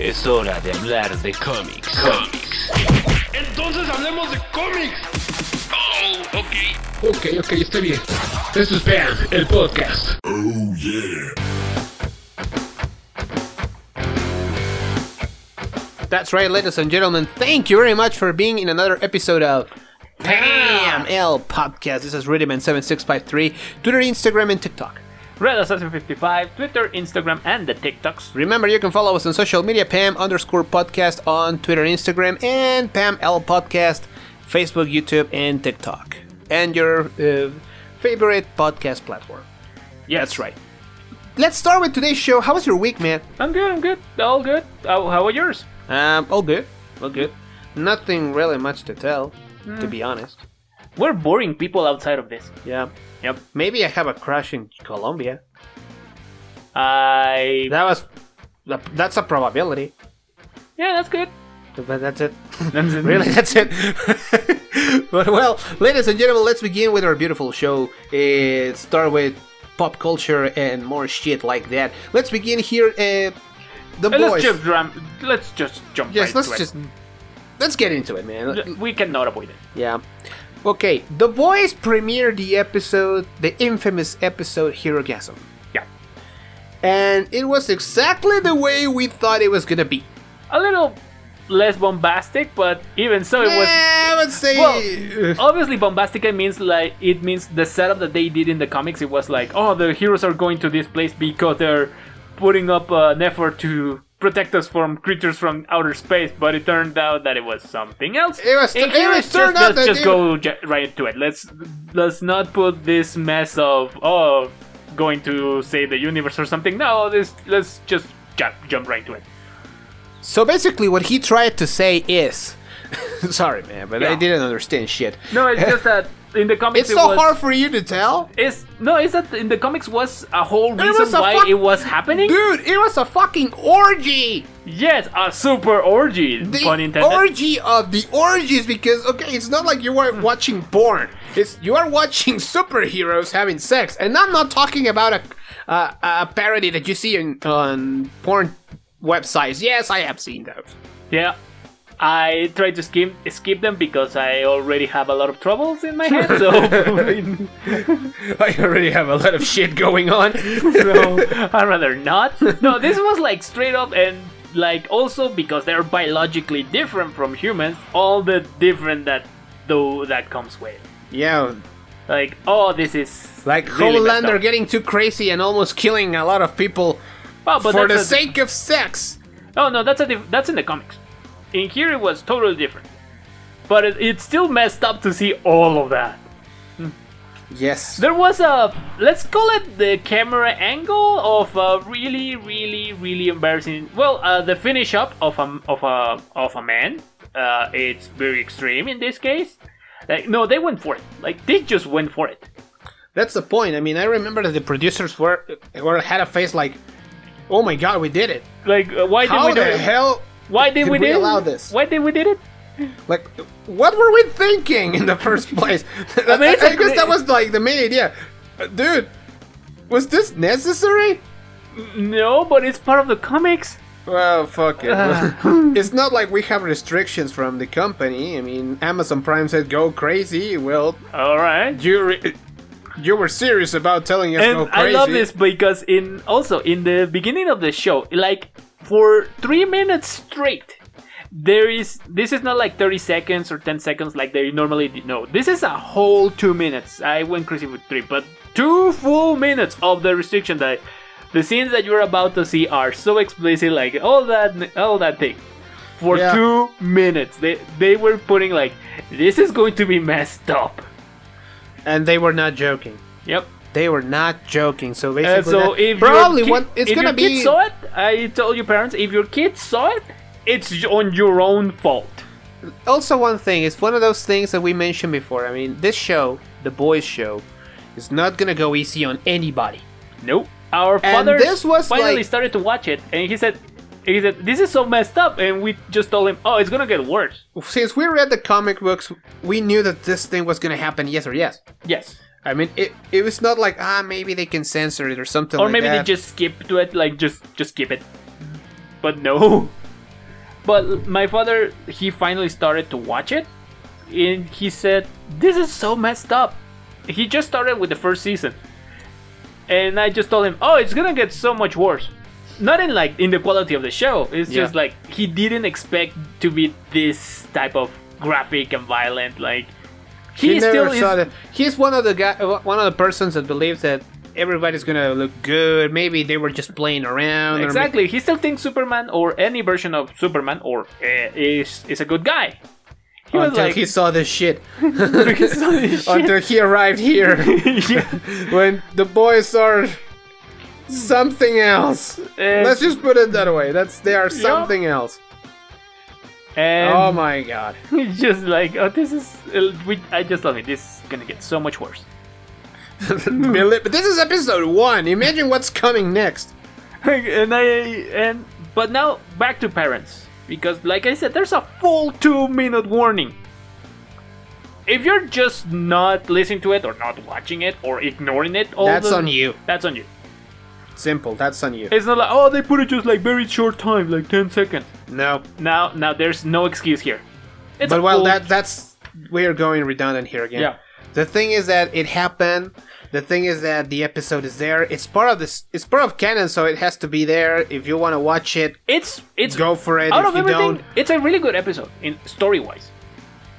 Es hora de hablar de cómics. Cómics. Entonces hablemos de cómics. Oh, ok. Ok, ok, está bien. Esto es Bam, el podcast. That's right, ladies and gentlemen. Thank you very much for being in another episode of Bam L Podcast. This is Rhythmman7653, Twitter, Instagram, and TikTok. Red Assassin 55, Twitter, Instagram, and the TikToks. Remember, you can follow us on social media Pam underscore podcast on Twitter, Instagram, and Pam L Podcast, Facebook, YouTube, and TikTok. And your uh, favorite podcast platform. Yes. That's right. Let's start with today's show. How was your week, man? I'm good, I'm good. All good. How, how are yours? Um, all good. All good. Nothing really much to tell, Hmm. to be honest. We're boring people outside of this. Yeah. Yep. Maybe I have a crush in Colombia. I. That was. that- That's a probability. Yeah, that's good. But that's it. That's it. really, that's it. but well, ladies and gentlemen, let's begin with our beautiful show. Uh, start with pop culture and more shit like that. Let's begin here. Uh, the Uh, boys. Let's just jump. Let's just jump. yes, right let's to it. just. Let's get into it, man. L- We cannot avoid it. Yeah. Okay, The Boys premiered the episode, the infamous episode Hero Gasm. Yeah. And it was exactly the way we thought it was gonna be. A little less bombastic, but even so, it was. Eh, I would say. Well, obviously, bombastic means like it means the setup that they did in the comics. It was like, oh, the heroes are going to this place because they're putting up an effort to protect us from creatures from outer space. But it turned out that it was something else. It was- And it here was it's turned just, out that let's just they- go ju- right to it. Let's let's not put this mess of oh, going to save the universe or something. No, this let's just jump jump right to it. so basically, what he tried to say is. Sorry, man, but I Yeah. didn't understand shit. No, it's just that in the comics It's it so was- hard for you to tell? It's no, is that in the comics was a whole reason was a why fuck- it was happening? Dude, it was a fucking orgy! Yes, a super orgy. The pun intended. orgy of the orgies because okay, it's not like you are watching porn. It's you are watching superheroes having sex, and I'm not talking about a uh, a parody that you see on, on porn websites. Yes, I have seen those. yeah, I tried to skip skip them because I already have a lot of troubles in my head. So, I already have a lot of shit going on. so I'd rather not. No, this was like straight up and like also because they're biologically different from humans. All the different that though that comes with. yeah, Like oh, this is like really messed Homelander up. getting too crazy and almost killing a lot of people Oh, but for the that's a- sake of sex. Oh no, that's a diff- that's in the comics. In here, it was totally different. But it, it's still messed up to see all of that. Yes. There was a let's call it the camera angle of a really, really, really embarrassing. Well, uh, the finish up of a of a of a man. Uh, it's very extreme in this case. Like no, they went for it. Like they just went for it. That's the point. I mean, I remember that the producers were were had a face like, "Oh my god, we did it! Like uh, why How did we do the it? hell? why did did, we we, did it? allow this? Why did we did it? Like, what were we thinking in the first place?" I, mean, it's I like- guess that was like the main idea, Uh, dude. Was this necessary? No, but it's part of the comics. Well, fuck it. Uh. it's not like we have restrictions from the company. I mean, Amazon Prime said go crazy. Well, All right. you re- you were serious about telling us and go crazy. I love this because in also in the beginning of the show, like for three minutes straight, there is this is not like 30 seconds or 10 seconds like they normally do. No, this is a whole two minutes. I went crazy with three, but two full minutes of the restriction that the scenes that you're about to see are so explicit, like all that all that thing. For Yeah. two minutes, they they were putting like this is going to be messed up. And they were not joking. Yep. They were not joking. So basically, Uh, so that- if probably your ki- one, it's if gonna your kid be saw it, I tell your parents if your kid saw it, it's y- on your own fault. also one thing. It's one of those things that we mentioned before. I mean, this show, the boys' show, is not gonna go easy on anybody. Nope. Our And father this was finally like- started to watch it, and he said, he said, this is so messed up, and we just told him, oh, it's gonna get worse. Since we read the comic books, we knew that this thing was gonna happen. Yes or yes. Yes. I mean, it it was not like ah maybe they can censor it or something. or like maybe that. they just skip to it like just just skip it but no but my father he finally started to watch it and he said this is so messed up he just started with the first season and i just told him oh it's gonna get so much worse not in like in the quality of the show it's Yeah. just like he didn't expect to be this type of graphic and violent like he, he, still never saw is that. He's one of the guy, one of the persons that believes that everybody's gonna look good. Maybe they were just playing around. or may- Exactly. He still thinks Superman or any version of Superman or uh, is is a good guy. He was until like, he saw this shit. he saw this shit. until he arrived here, Yeah. when the boys are something else. And- Let's just put it that way. That's they are something else. and oh my god. he's just like, oh, this is. uh, we, I just love it. This is gonna get so much worse. Beli- but this is episode one. Imagine what's coming next. and I and but now back to parents because, like I said, there's a full two-minute warning. If you're just not listening to it or not watching it or ignoring it, all That's the- on you. That's on you. Simple. That's on you. It's not like oh they put it just like very short time, like ten seconds. No. Now now there's no excuse here. It's But a well, full- that that's we are going redundant here again. Yeah. The thing is that it happened. The thing is that the episode is there. It's part of this. It's part of canon, so it has to be there. If you want to watch it, it's it's go for it. out if of you everything. don't, It's a really good episode in story wise.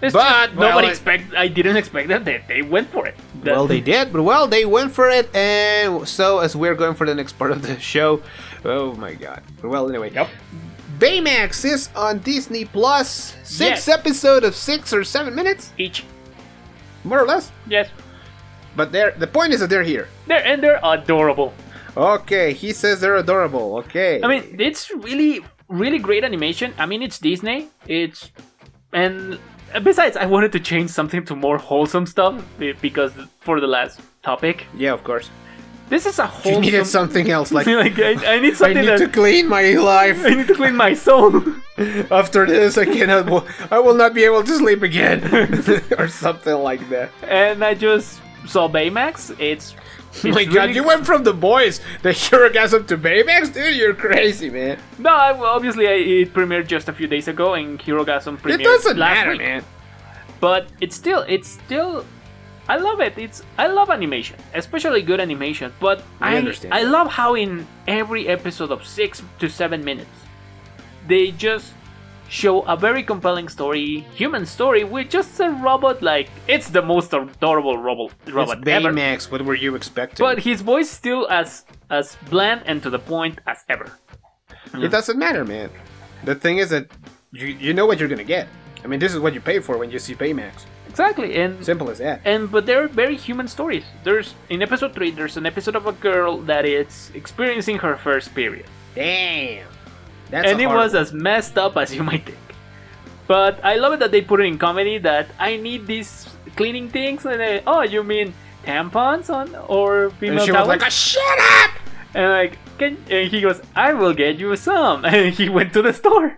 It's But, just, well, nobody it- expect I didn't expect that they, they went for it. That- well, they did. But well, they went for it, and so as we're going for the next part of the show, oh my god. But well, anyway. Yep. Baymax is on Disney Plus. Six Yes. episode of six or seven minutes, each more or less. yes But they're the point is that they're here. they're and they're adorable. Okay, he says they're adorable. Okay. I mean it's really really great animation. I mean it's Disney. It's and besides I wanted to change something to more wholesome stuff be- because for the last topic yeah, of course. This is a You whole. needed something else, like like I, I need I something need that to clean my I life. need to clean my soul. After this, I cannot. wa- I will not be able to sleep again, or something like that. and I just saw Baymax. It's. it's Oh my really- god, you went from the boys, the Herogasm to Baymax, dude. You're crazy, man. No, I, obviously I, it premiered just a few days ago, and Hirogasm premiered It doesn't last matter, week. man. But it's still, it's still. I love it. It's I love animation, especially good animation. But I understand I that. love how in every episode of six to seven minutes, they just show a very compelling story, human story with just a robot. Like it's the most adorable robot robot It's ever. Baymax. What were you expecting? But his voice still as as bland and to the point as ever. it doesn't matter, man. The thing is that you you know what you're gonna get. I mean, this is what you pay for when you see Baymax. Exactly, and Simple as that. and but they're very human stories there's in episode 3 there's an episode of a girl that is experiencing her first period Damn. That's and a it hard was one. as messed up as you might think but i love it that they put it in comedy that i need these cleaning things and they, oh you mean tampons on or And female she was towels like, "Ah, "Shut up!" and like Can, and he goes i will get you some and he went to the store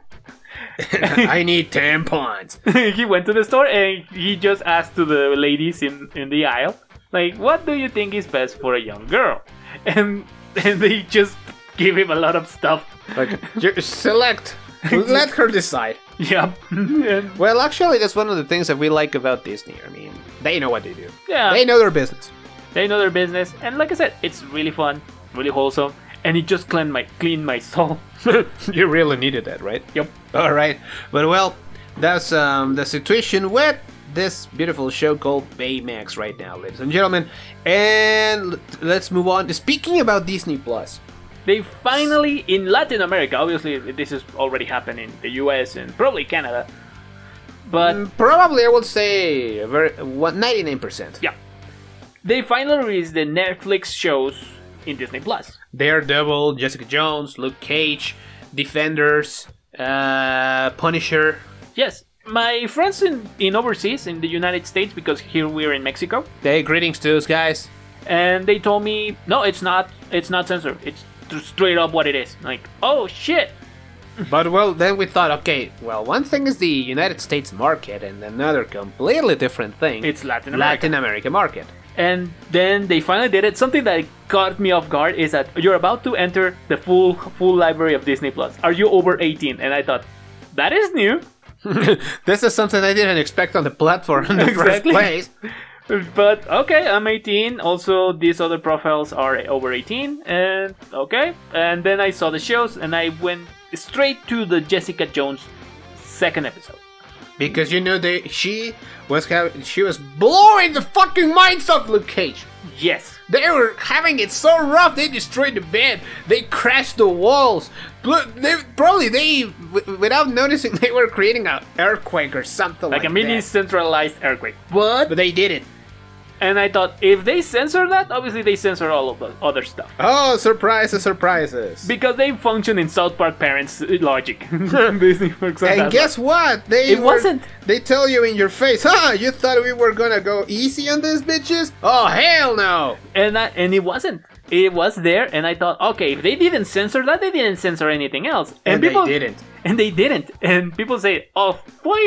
I need tampons. he went to the store and he just asked to the ladies in, in the aisle, like, what do you think is best for a young girl? And and they just gave him a lot of stuff. Like, you select. Let her decide. Yep. And- Well, actually, that's one of the things that we like about Disney. I mean, they know what they do. yeah. They know their business. they know their business, and like I said, it's really fun, really wholesome, and it just cleaned my cleaned my soul. you really needed that, right? Yep. All right. But well, that's um, the situation with this beautiful show called Baymax right now, ladies and gentlemen. And l- let's move on to speaking about Disney Plus. They finally in Latin America, obviously this has already happened in the US and probably Canada. But Mm. Probably, I would say, a very what ninety nine percent. Yeah. They finally released the Netflix shows in Disney Plus. Daredevil, Jessica Jones, Luke Cage, Defenders, uh, Punisher. Yes, my friends in, in overseas, in the United States, because here we're in Mexico, Hey, greetings to those guys. and they told me, no, it's not, it's not censored. It's tr- straight up what it is. Like, oh shit. But well, then we thought, okay, well, one thing is the United States market, and another completely different thing. It's Latin Latin America market. And then they finally did it. Something that caught me off guard is that you're about to enter the full full library of Disney Plus. Are you over 18? And I thought, that is new. This is something I didn't expect on the platform in the first Exactly. place. But okay, I'm 18. Also, these other profiles are over 18. And okay. And then I saw the shows and I went straight to the Jessica Jones second episode. Because you know they she was having she was blowing the fucking minds of Luke Cage. Yes. They were having it so rough. They destroyed the bed. They crashed the walls. Blo- They, probably they, w- without noticing, they were creating an earthquake or something like, Like a mini that. centralized earthquake. But But they did it. and I thought if they censor that, obviously they censor all of the other stuff. Oh, surprises, surprises! Because they function in South Park parents' logic. Disney works on and that. guess what? They It were- wasn't. They tell you in your face, "Huh? You thought we were gonna go easy on these bitches? Oh hell no!" and I, and it wasn't. It was there, and I thought, okay, if they didn't censor that, they didn't censor anything else. And they didn't. And they didn't. And people say, oh, why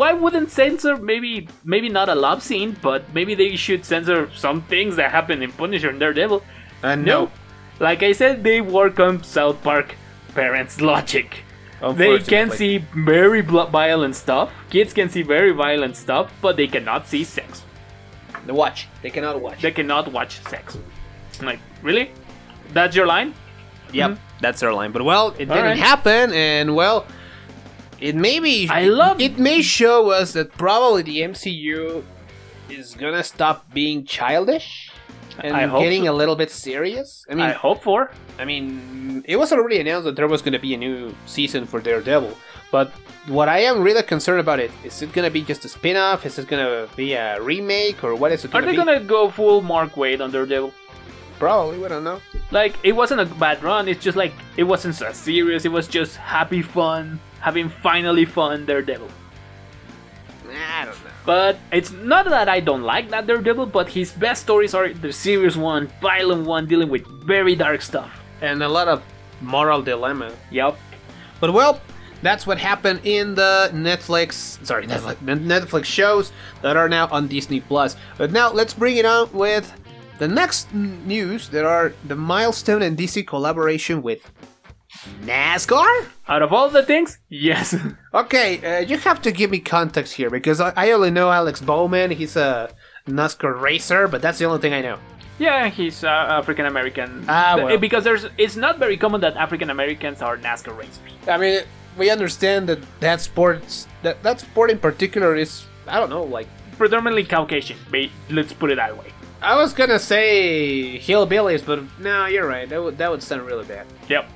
why wouldn't censor maybe maybe not a love scene, but maybe they should censor some things that happen in Punisher and Daredevil. And Uh, No, like I said, they work on South Park parents' logic. They can Unfortunately. see very blo- violent stuff. Kids can see very violent stuff, but they cannot see sex. watch. They cannot watch. They cannot watch sex. I'm like, really? That's your line? Yep, that's their line. But well, it Mm-hmm. All didn't right. happen, and well, it may be. I love- it. May show us that probably the MCU is gonna stop being childish and I hope getting so. a little bit serious. I mean, I I, hope for. mean, it was already announced that there was gonna be a new season for Daredevil, but what I am really concerned about it is it gonna be just a spin-off? Is it gonna be a remake, or what is it Are gonna they be? gonna go full Mark Wade on Daredevil? Probably, we don't know. Like, it wasn't a bad run, it's just like, it wasn't so serious, it was just happy fun, having finally fun Daredevil. I don't know. But it's not that I don't like that Daredevil, but his best stories are the serious one, violent one, dealing with very dark stuff. And a lot of moral dilemma. Yep. But well, that's what happened in the Netflix, sorry, Netflix, Netflix shows that are now on Disney Plus. But now let's bring it on with the next n- news. There are the milestone and DC collaboration with NASCAR. Out of all the things, yes. Okay, uh, you have to give me context here because I, I only know Alex Bowman. He's a NASCAR racer, but that's the only thing I know. yeah, he's uh, African American. Ah, well. Because there's, it's not very common that African Americans are NASCAR racers. I mean, we understand that that sports that that sport in particular is I don't know like predominantly Caucasian. ba- Let's put it that way. I was gonna say hillbillies, but no, you're right. That would that would sound really bad. Yep.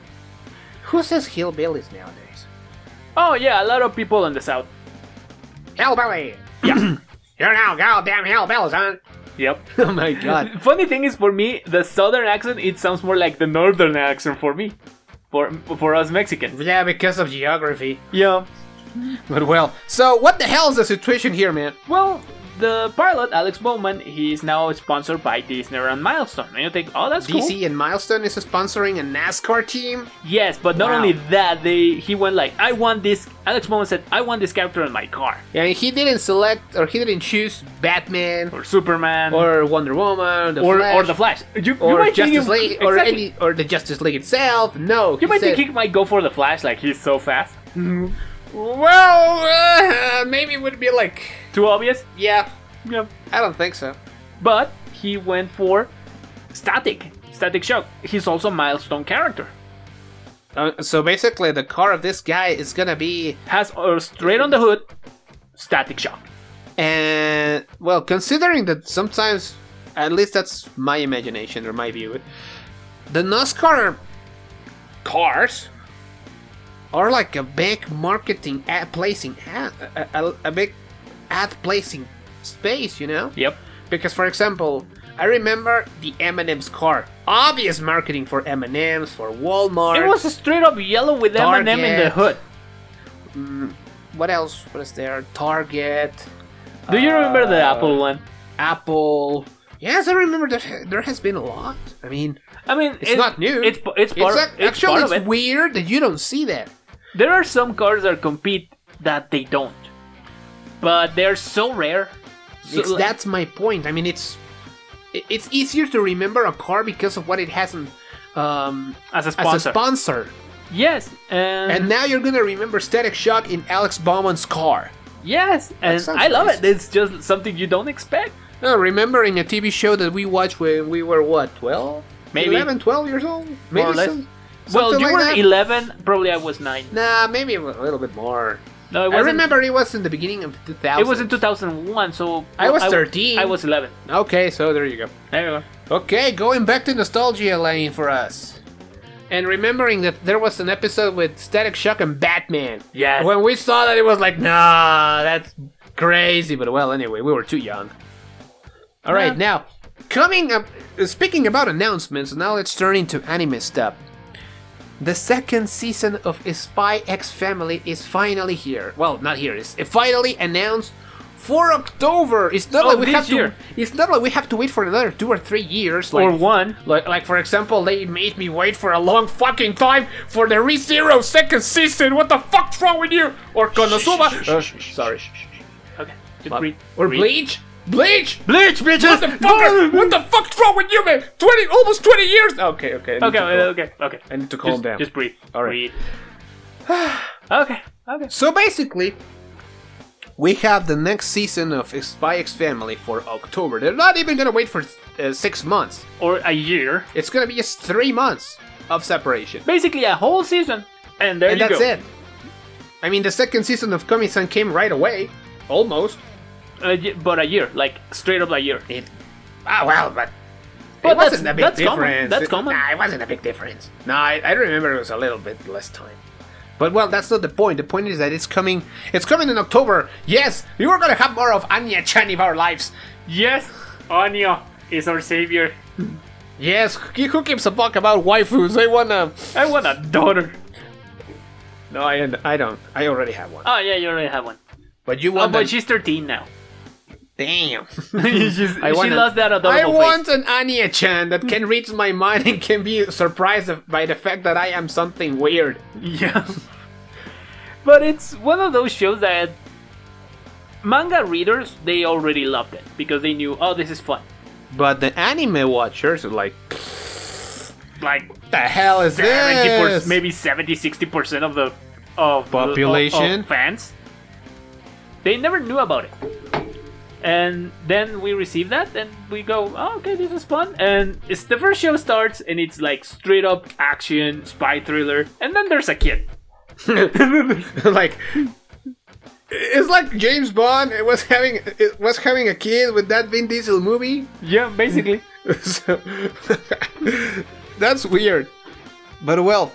Who says hillbillies nowadays? Oh yeah, a lot of people in the south. Hillbilly. Yeah. you're now goddamn hillbillies, huh? Yep. Oh my god. Funny thing is, for me, the southern accent it sounds more like the northern accent for me, for for us Mexicans. yeah, because of geography. Yeah. But well, so what the hell is the situation here, man? Well, the pilot Alex Bowman, he is now sponsored by Disney and Milestone, and you think, oh, that's cool. DC and Milestone is sponsoring a NASCAR team. Yes, but not Wow. only that, they he went like, I want this. Alex Bowman said, I want this character in my car And he didn't select or he didn't choose Batman or Superman or Wonder Woman, the or, Flash, or the Flash. You, you or might think Justice he- League or exactly. any or the Justice League itself. No, You might said- think he might go for the Flash, like he's so fast. Well, uh, maybe it would be like, Too obvious? yeah, Yeah. I don't think so. But he went for Static, Static Shock. He's also a milestone character. Uh, so basically, the car of this guy is gonna be, Has uh, straight on the hood, Static Shock. and well, considering that sometimes, at least that's my imagination or my view, the NASCAR cars are like a big marketing ad placing ad, a, a, a big ad placing space, you know. Yep. Because, for example, I remember the M&M's car. Obvious marketing for M&M's, for Walmart. It was straight up yellow with M&M in the Target. hood. what else was there? Target, Do you remember the Uh, Apple one? Apple. Yes, I remember that there has been a lot. I mean, I mean, it's not new. It's it's part, ac- it's actually part of it's it. weird that you don't see that. There are some cars that compete that they don't, but they're so rare. So, It's- like, that's my point. I mean, it's i- it's easier to remember a car because of what it has in, um, as as a a sponsor. Mm-hmm. sponsor. yes, and, And now you're gonna remember static shock in Alex Bauman's car. yes, and sounds I love nice. it. It's just something you don't expect. No, Uh, remembering a TV show that we watched when we were what, 12? Maybe. 11, 12 years old? Maybe or less. some- Well, something you like were that. 11. Probably I was nine. Nah, maybe a little bit more. No, it I wasn't, remember it was in the beginning of 2000. It was in 2001, so I was w- 13. I was 11. Okay, so there you go. There you go. Okay, going back to nostalgia lane for us. And remembering that there was an episode with Static Shock and Batman. Yes. When we saw that, it was like, nah, that's crazy. But well, anyway, we were too young. All right, now, coming up, speaking about announcements, now let's turn into anime stuff. The second season of Spy X Family is finally here. Well, not here. It's finally announced for October. It's not Oh, like we this have year. to. It's not like we have to wait for another two or three years. Like, or one. Like, like for example, they made me wait for a long fucking time for the ReZero second season. What the fuck's wrong with you? Or Konosuba? Uh, sorry. Okay. Just read. Or read. Bleach? Bleach? Bleach, bitches. What the fuck? what the fuck's wrong with you, man? Twenty, almost twenty years. Okay, okay. I need Okay, to go. okay, okay. I need to calm Just, down. just breathe. All right. Breathe. okay, okay. So basically, we have the next season of Spy X Family for October. They're not even gonna wait for uh, six months. Or a year. It's gonna be just three months of separation. Basically, a whole season. And there and you that's go. it. I mean, the second season of Komi san came right away. Almost. A ye- but a year, like straight up a year. It. Ah, well, but. But it wasn't that's- a big that's common. difference. That's It- common. Nah, it wasn't a big difference. No, I, I remember it was a little bit less time. But well, that's not the point. The point is that it's coming. It's coming in October. Yes, you are gonna have more of Anya Chan in our lives. Yes, Anya is our savior. Yes, who who gives a fuck about waifus? I wanna. I want a daughter. No, I, I don't. I already have one. Oh yeah, you already have one. But you Oh, want. but an- she's 13 now. Damn. She's- I she want an- lost that I adorable face. want an Anya Chan that can read my mind and can be surprised of- by the fact that I am something weird. Yeah. but it's one of those shows that manga readers they already loved it because they knew oh this is fun. But the anime watchers are like, Like the hell is 70 this? maybe 70 60% of the of the- Population? of, of fans they never knew about it. And then we receive that and we go, oh, okay, this is fun. And it's the first show starts and it's like straight up action, spy thriller, and then there's a kid. like, it's like James Bond was having it was having a kid with that Vin Diesel movie. Yeah, basically. so, that's weird. But well,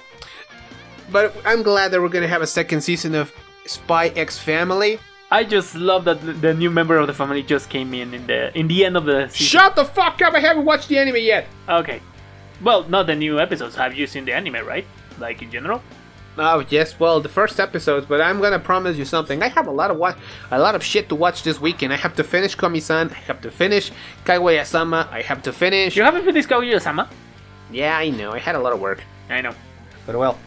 but I'm glad that we're gonna have a second season of Spy X Family. I just love that the new member of the family just came in in the in the end of the season. Shut the fuck up! I haven't watched the anime yet. Okay, well, not the new episodes. Have you seen the anime, right? Like in general? Oh yes, well the first episodes, but I'm gonna promise you something. I have a lot of watch, a lot of shit to watch this weekend. I have to finish Komi-san. I have to finish Kaguya-sama. I have to finish. You haven't finished Kaguya-sama? Yeah, I know. I had a lot of work, I know. but well,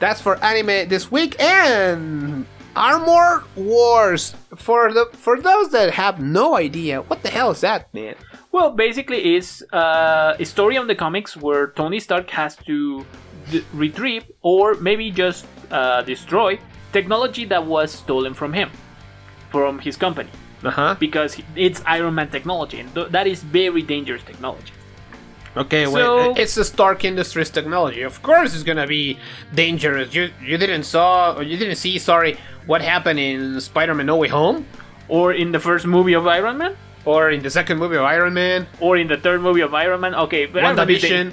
that's for anime this week and Armor Wars for the for those that have no idea what the hell is that, man. Well, basically, it's uh, a story on the comics where Tony Stark has to d- retrieve or maybe just uh, destroy technology that was stolen from him, from his company, Uh huh. because it's Iron Man technology, and th- that is very dangerous technology. Okay, So- wait. uh, It's the Stark Industries technology. Of course, it's gonna be dangerous. You you didn't saw or you didn't see. Sorry, what happened in Spider-Man: No Way Home, Or in the first movie of Iron Man, or in the second movie of Iron Man, or in the third movie of Iron Man. Okay, but Iron Man is WandaVision.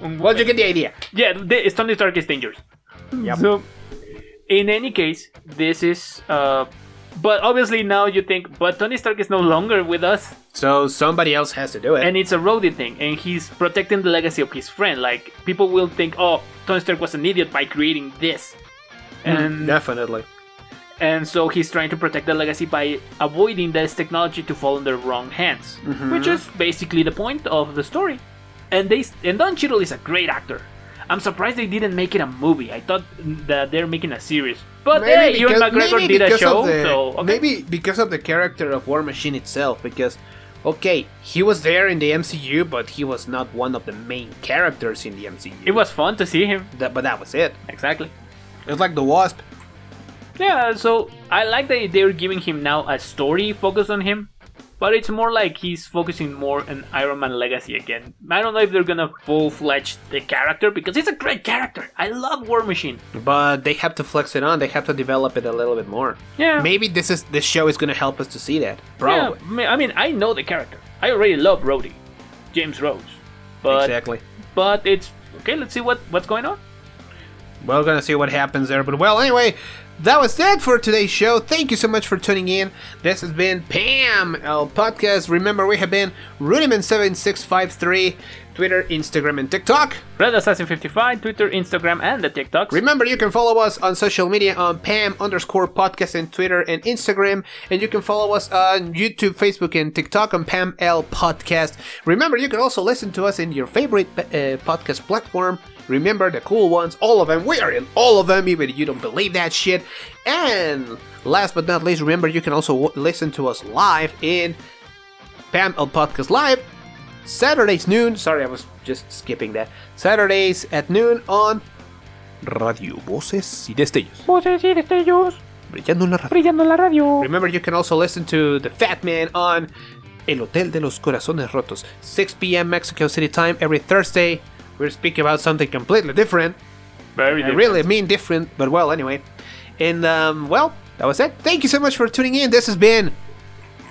dan- Well, you get the idea. yeah, the, it's Tony Stark is dangerous. So, in any case, this is uh, But obviously now you think, but Tony Stark is no longer with us, So somebody else has to do it. and it's a Rhodey thing, and he's protecting the legacy of his friend. Like people will think, oh, Tony Stark was an idiot by creating this, and Definitely. and so he's trying to protect the legacy by avoiding this technology to fall in the wrong hands, Mm-hmm. which is basically the point of the story. And they and Don Cheadle is a great actor. I'm surprised they didn't make it a movie. I thought that they're making a series, but hey, Ewan McGregor did a because show, of the, so okay. maybe because of the character of War Machine itself, because okay, he was there in the MCU, but he was not one of the main characters in the MCU. it was fun to see him. That- but that was it. Exactly. It's like the Wasp. Yeah, so I like that they're giving him now a story focused on him, but it's more like he's focusing more on Iron Man Legacy again. I don't know if they're gonna full fledge the character because it's a great character. I love War Machine. But they have to flex it on. They have to develop it a little bit more. Yeah. Maybe this is this show is gonna help us to see that. Yeah, Probably. I mean- I mean, I know the character. I already love Rhodey, James Rhodes, but Exactly. but it's okay. Let's see what what's going on. We're gonna see what happens there. But well, anyway, that was it for today's show. Thank you so much for tuning in. This has been Pam L Podcast. Remember, we have been Rudiman7653, Twitter, Instagram, and TikTok. Red Assassin 55, Twitter, Instagram, and the TikToks. Remember, you can follow us on social media on Pam underscore podcast and Twitter and Instagram, and you can follow us on YouTube, Facebook, and TikTok on Pam L Podcast. Remember, you can also listen to us in your favorite uh, podcast platform. Remember the cool ones, all of them. We are in all of them, even if you don't believe that shit. And last but not least, remember you can also w- listen to us live in Pam L Podcast Live Saturdays noon. Sorry, I was just skipping that. Saturdays at noon on Radio Voces y Destellos. Brillando en la radio. Remember, you can also listen to The Fat Man on El Hotel de los Corazones Rotos, 6 p.m. Mexico City time every Thursday. We're speaking about something completely different. Very I really mean different, but well, anyway. And, um, well, that was it. Thank you so much for tuning in. This has been.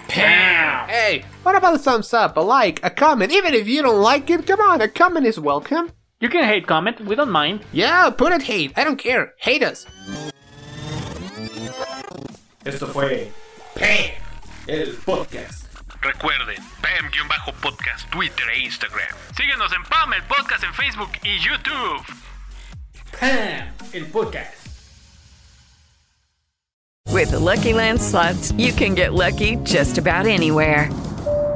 Pam! Hey, what about a thumbs up, a like, a comment? Even if you don't like it, come on, a comment is welcome. You can hate comment. We don't mind. Yeah, put it hate. I don't care. Hate us. Esto fue Pam, el podcast. Recuerden, Pam-podcast, Twitter e Instagram. Síguenos en PAM, el podcast en Facebook y YouTube. Pam, el podcast. With the Lucky Land slots, you can get lucky just about anywhere.